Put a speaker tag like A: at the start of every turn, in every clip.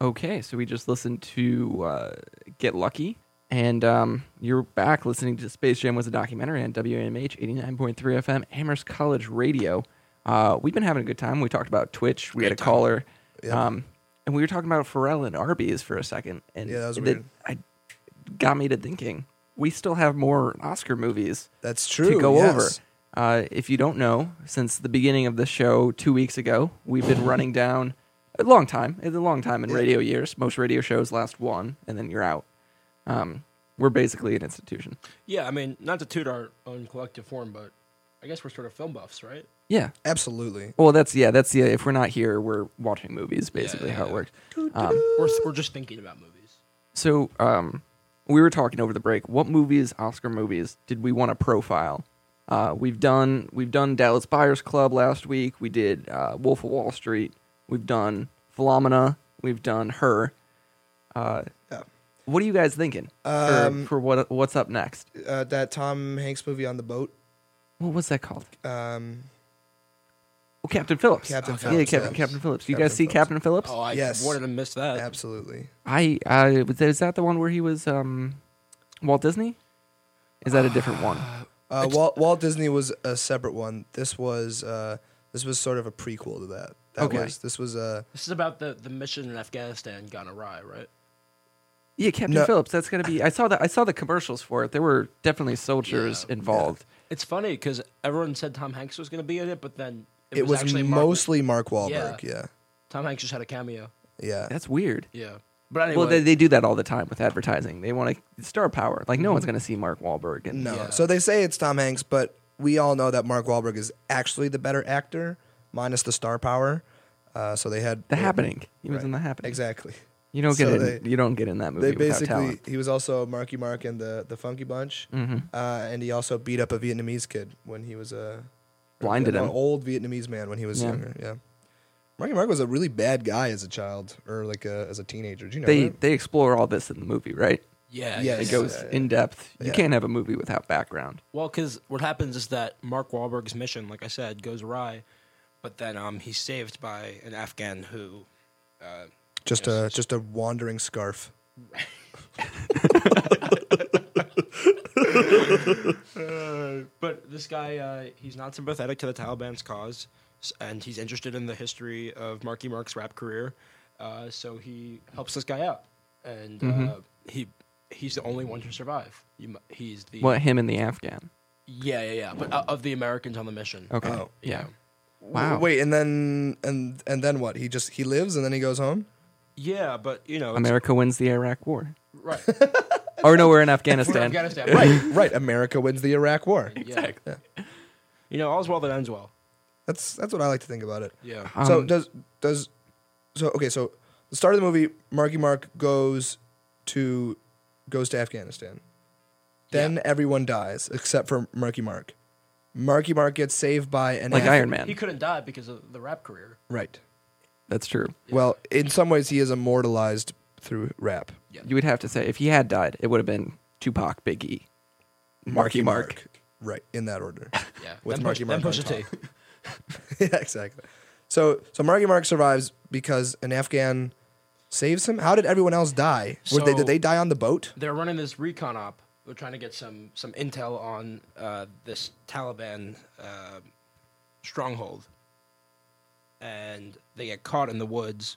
A: Okay, so we just listened to uh, Get Lucky, and um, you're back listening to Space Jam was a documentary on WMH 89.3 FM, Amherst College Radio. Uh, we've been having a good time. We talked about Twitch. We had a
B: Great time.
A: caller,
B: Yep.
A: um, and we were talking about Pharrell and Arby's for a second, and
B: Yeah, that was
A: it
B: weird.
A: I got me to thinking we still have more Oscar movies
B: That's true.
A: to go
B: yes.
A: over. Uh, if you don't know, since the beginning of the show two weeks ago, we've been running down a long time, a long time in radio years. Most radio shows last one, and then you're out. Um, we're basically an institution.
C: Yeah, I mean, not to toot our own collective form, but I guess we're sort of film buffs, right?
A: Yeah.
B: Absolutely.
A: Well, that's yeah. That's the if we're not here, we're watching movies. Basically, how it works. Um,
C: We're, we're just thinking about movies.
A: So, um, we were talking over the break. What movies, Oscar movies, did we want to profile? Uh, we've done we've done Dallas Buyers Club last week. We did uh, Wolf of Wall Street. We've done Phenomena. We've done Her. Uh,
B: Yeah.
A: What are you guys thinking for,
B: Um,
A: for what what's up next?
B: Uh, that Tom Hanks movie on the boat.
A: What was that called?
B: Um,
A: Oh, Captain Phillips.
B: Captain
A: Yeah,
B: Phillips,
A: Captain,
B: yeah.
A: Captain Phillips. You guys
B: Captain
A: see
B: Phillips.
A: Captain Phillips?
C: Oh, I
B: Yes.
C: wanted to miss that.
B: absolutely.
A: I I was is that the one where he was um, Walt Disney? Is that a different one?
B: Uh, Walt, Walt Disney was a separate one. This was uh, this was sort of a prequel to that. that
A: Okay.
B: was- this was uh, a
C: This is about the, the mission in Afghanistan gone awry, right?
A: Yeah, Captain
B: No.
A: Phillips. That's gonna be. I saw the I saw the commercials for it. There were definitely soldiers involved.
C: It's funny because everyone said Tom Hanks was going to be in it, but then it,
B: it, was,
C: actually Mark-
B: mostly Mark Wahlberg. Yeah.
C: Tom Hanks just had a cameo.
B: Yeah.
A: That's weird.
C: Yeah, but anyway,
A: Well, they, they do that all the time with advertising. They want to star power. Like no one's gonna see Mark Wahlberg. And
B: Mm-hmm. No.
C: Yeah.
B: So they say it's Tom Hanks, but we all know that Mark Wahlberg is actually the better actor, minus the star power. Uh, so they had
A: The Happening. He was
B: Right.
A: in The Happening.
B: Exactly.
A: You don't get
B: So
A: in,
B: they-
A: you don't get in that movie
B: They
A: without
B: basically
A: talent. Mm-hmm.
B: he was also Marky Mark and the the Funky Bunch, uh, and he also beat up a Vietnamese kid when he was a
A: Blinded
B: an
A: him.
B: old Vietnamese man when he was
A: Yeah.
B: younger. Yeah. Marky Mark was a really bad guy as a child or like a, as a teenager. Do you know?
A: They
B: that?
A: they explore all this in the movie, right?
C: yeah,
B: Yeah,
A: It
B: Yes.
A: goes
B: yeah.
A: in depth. You
B: Yeah.
A: can't have a movie without background.
C: Well, because what happens is that Mark Wahlberg's mission, like I said, goes awry, but then um, he's saved by an Afghan who. Uh,
B: just a just a wandering scarf.
C: but this guy, uh, he's not sympathetic to the Taliban's cause, s- and he's interested in the history of Marky Mark's rap career, uh, so he helps this guy out, and
B: Mm-hmm.
C: uh, he he's the only one to survive. He, mu- he's the
A: What him and the Afghan?
C: yeah yeah yeah, but uh, of the Americans on the mission.
A: Okay.
B: Oh.
A: yeah.
C: Yeah.
A: Wow.
B: Wait, and then and and then what? He just he lives and then he goes home.
C: Yeah, but you know, it's-
A: America wins the Iraq War.
C: right?
A: Or no, we're in
C: We're in
A: Afghanistan.
C: Afghanistan,
B: Right, right. America wins the Iraq War.
C: Exactly. You know, all's well that ends well.
B: That's that's what I like to think about it.
C: Yeah.
B: so
A: Um,
B: does does so okay so the start of the movie Marky Mark goes to goes to Afghanistan. Then everyone dies except for Marky Mark. Marky Mark gets saved by an
A: Like
B: Af-
A: Iron
C: He
A: Man.
C: couldn't die because of the rap career.
B: Right.
A: That's true.
B: Well, in some ways he is immortalized through rap.
A: You would have to say if he had died, it would have been Tupac, Big E, Marky Mark.
B: Right, in that order.
C: Yeah.
B: With
C: then
B: Marky
C: push, then
B: Mark on
C: Pusha T.
B: yeah, exactly. So so Marky Mark survives because an Afghan saves him. How did everyone else die? Were they,
C: So-
B: did they die on the boat?
C: They're running this recon op. They're trying to get some some intel on uh, this Taliban uh, stronghold, and they get caught in the woods.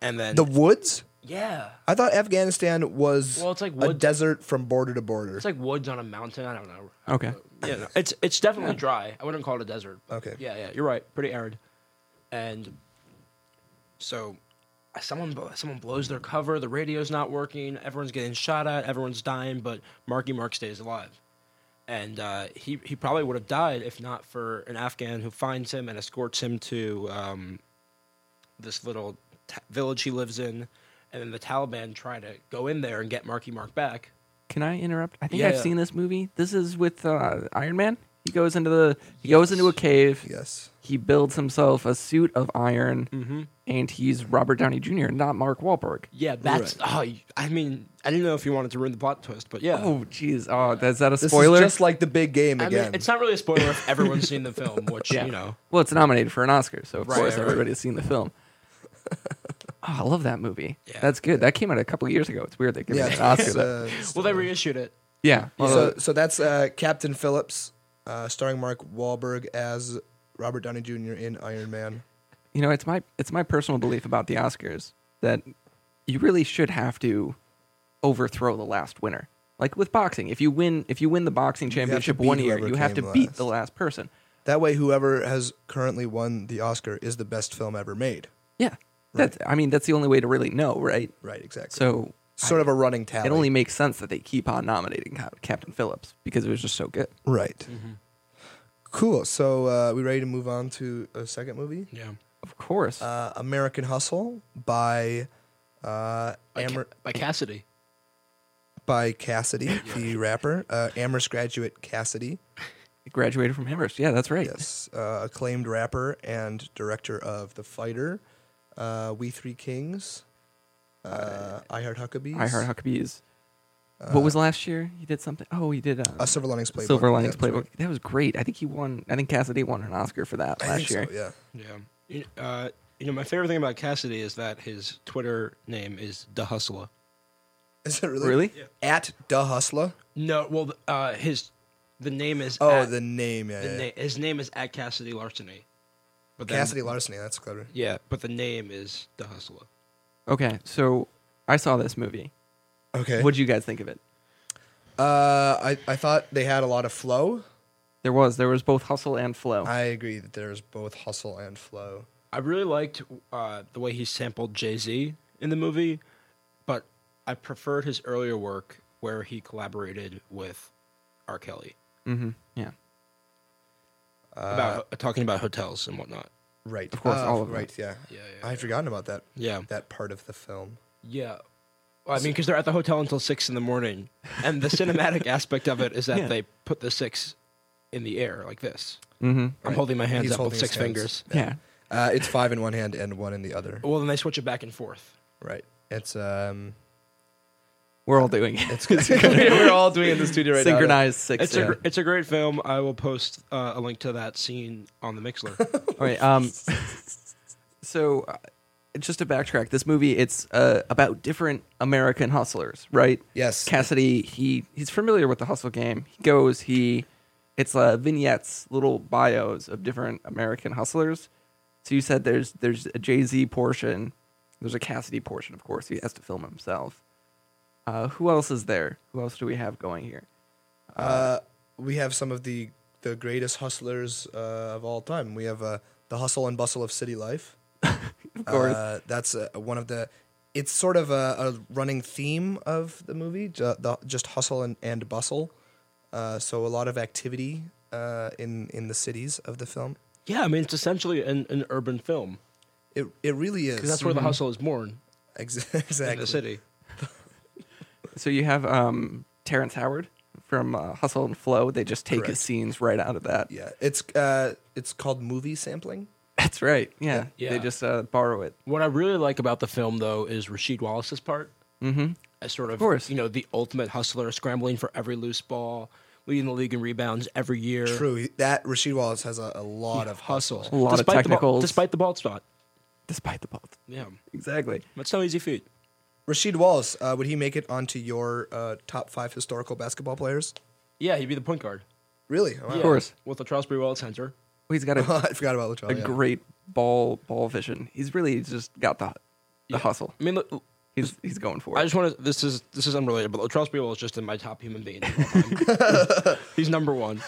C: And then
B: The woods?
C: yeah,
B: I thought Afghanistan was
C: Well, it's like
B: a
C: woods-
B: desert from border to border.
C: it's like woods on a mountain. I don't know.
A: Okay.
C: Yeah, no, it's it's definitely dry. I wouldn't call it a desert. but
B: Okay.
C: Yeah, yeah, you're right. Pretty arid, and so uh, someone bl- someone blows their cover. The radio's not working. Everyone's getting shot at. Everyone's dying, but Marky Mark stays alive, and uh, he he probably would have died if not for an Afghan who finds him and escorts him to um, this little ta village he lives in, and then the Taliban try to go in there and get Marky Mark back.
A: Can I interrupt? I think
C: Yeah,
A: I've
C: yeah.
A: seen this movie. This is with uh, Iron Man. He goes into the he goes into a cave.
B: yes.
A: He builds himself a suit of iron, and he's Robert Downey Jr., not Mark Wahlberg.
C: Yeah, that's. Oh, y- I mean, I didn't know if you wanted to ruin the plot twist, but yeah.
A: Oh, jeez. Oh, is that a
B: This
A: spoiler?
B: is just like the big game
C: I
B: again.
C: mean, it's not really a spoiler if everyone's seen the film, which, you know.
A: Well, it's nominated for an Oscar, so of
C: Right,
A: course
C: right, right.
A: everybody's seen the film. Oh, I love that movie.
C: Yeah.
A: That's good. That came out a couple of years ago. It's weird they gave
B: Yeah,
A: it an
B: it's,
A: Oscar. that-
B: uh,
C: Well, they reissued it.
A: yeah. Well,
B: so, so that's uh, Captain Phillips, uh, starring Mark Wahlberg as Robert Downey Jr. in Iron Man.
A: you know, it's my it's my personal belief about the Oscars that you really should have to overthrow the last winner. Like with boxing, if you win if you win the boxing
B: have to
A: championship
B: beat
A: one year,
B: whoever
A: you have to
B: came
A: beat
B: last.
A: the last person.
B: That way, whoever has currently won the Oscar is the best film ever made.
A: Yeah. That's I mean, that's the only way to really know, right?
B: Right, exactly.
A: So
B: sort of a running tally.
A: it only makes sense that they keep on nominating Cap- Captain Phillips because it was just so good.
B: right.
C: Mm-hmm.
B: Cool. So uh, we ready to move on to a second movie?
C: Yeah.
A: Of course.
B: Uh, American Hustle by uh,
C: By, Ca-
B: Amher-
C: by Cassidy.
B: by Cassidy, the rapper, uh, Amherst graduate Cassidy.
A: He graduated from Amherst. Yeah, that's right.
B: Yes, uh, acclaimed rapper and director of The Fighter, uh, We Three Kings, uh, I Heart Huckabees,
A: I heard Huckabee's. what was last year? He did something. Oh, he did uh,
B: Uh, a Silver Linings Playbook.
A: Silver Linings
B: Yeah, that's
A: Playbook. That was great. I think he won. I think Cassidy won an Oscar for that
B: right. I
A: last
B: think
A: year.
B: so, yeah.
C: Yeah. You, uh, you know, my favorite thing about Cassidy is that his Twitter name is The Hustler.
B: Is it really?
A: Really?
B: At Da Hustler?
C: No, well, th- uh, his the name is
B: Oh,
C: at-
B: the name. Yeah,
C: the
B: yeah.
C: na- his name is at Cassidy Larceny. But then-
B: Cassidy Larceny. That's clever.
C: Yeah, but the name is The Hustler.
A: Okay, so I saw this movie.
B: Okay.
A: What did you guys think of it?
B: uh, I I thought they had a lot of flow.
A: There was there was both hustle and flow.
B: I agree that there's both hustle and flow.
C: I really liked uh, the way he sampled Jay Z in the movie, but I preferred his earlier work where he collaborated with R. Kelly
A: mm-hmm. Yeah.
C: about talking about hotels and whatnot.
B: Uh, Right.
A: Of course,
B: Uh,
A: all of them.
B: right. Yeah.
C: Yeah, yeah,
B: I had forgotten about that.
C: Yeah,
B: That part of the film.
C: yeah. Well, I mean, because they're at the hotel until six in the morning, and the cinematic aspect of it is that
A: Yeah.
C: they put the six in the air like this.
A: Mm-hmm.
C: I'm holding my hands
B: He's
C: up with
B: holding his
C: six
B: hands.
C: fingers.
A: Yeah.
B: Uh, it's five in one hand and one in the other.
C: Well, then they switch it back and forth.
B: Right. It's um.
A: We're all doing it.
B: It's good. We're all doing it in the studio right now.
A: synchronized six.
C: It's a gr- it's a great film. I will post uh, a link to that scene on the Mixler.
A: All right. Um, so, uh, just to backtrack, this movie it's uh, about different American hustlers, right?
B: Yes.
A: Cassidy, he he's familiar with the hustle game. He goes, he it's uh, vignettes, little bios of different American hustlers. So you said there's there's a Jay Z portion, there's a Cassidy portion, of course. He has to film himself. Uh, who else is there? Who else do we have going here?
B: Uh, we have some of the the greatest hustlers uh, of all time. We have uh, the hustle and bustle of city life.
A: Of course,
B: Uh, that's uh, one of the. It's sort of a, a running theme of the movie, ju- the, just hustle and, and bustle. Uh, so a lot of activity uh, in in the cities of the film.
C: yeah, I mean it's essentially an, an urban film
B: It it really is Mm-hmm.
C: because that's where
A: Mm-hmm.
C: the hustle is born
B: Ex-
C: in the
B: exactly.
C: city.
A: so you have um, Terrence Howard from uh, Hustle and Flow. They just take his
B: Correct.
A: scenes right out of that.
B: Yeah, it's uh, it's called movie sampling.
A: That's right. Yeah,
C: Yeah.
A: they just uh, borrow it.
C: What I really like about the film though is Rasheed Wallace's part
A: Mm-hmm.
C: as sort of,
A: course.
C: you know the ultimate hustler, scrambling for every loose ball, leading the league in rebounds every year.
B: True, he- that Rasheed Wallace has a, a lot of hustle.
A: A lot of
C: despite the ball,
A: technicals.
C: despite the bald spot.
A: Despite the bald.
C: Yeah,
A: Exactly.
C: that's no easy feat.
B: Rasheed Wallace, uh, would he make it onto your uh, top five historical basketball players?
C: Yeah, he'd be the point guard.
B: Really? Wow.
C: Yeah,
A: course.
C: with the Trowsbury World Center.
A: He's got a,
B: I forgot about
A: a
B: Latrell. Oh, Yeah.
A: great ball ball vision. He's really just got the the hustle.
C: I mean, look,
A: He's he's going for
C: I
A: it.
C: just want to. This is this is unrelated, but Latrell Sprewell is just in my top human being. of all time. He's number one.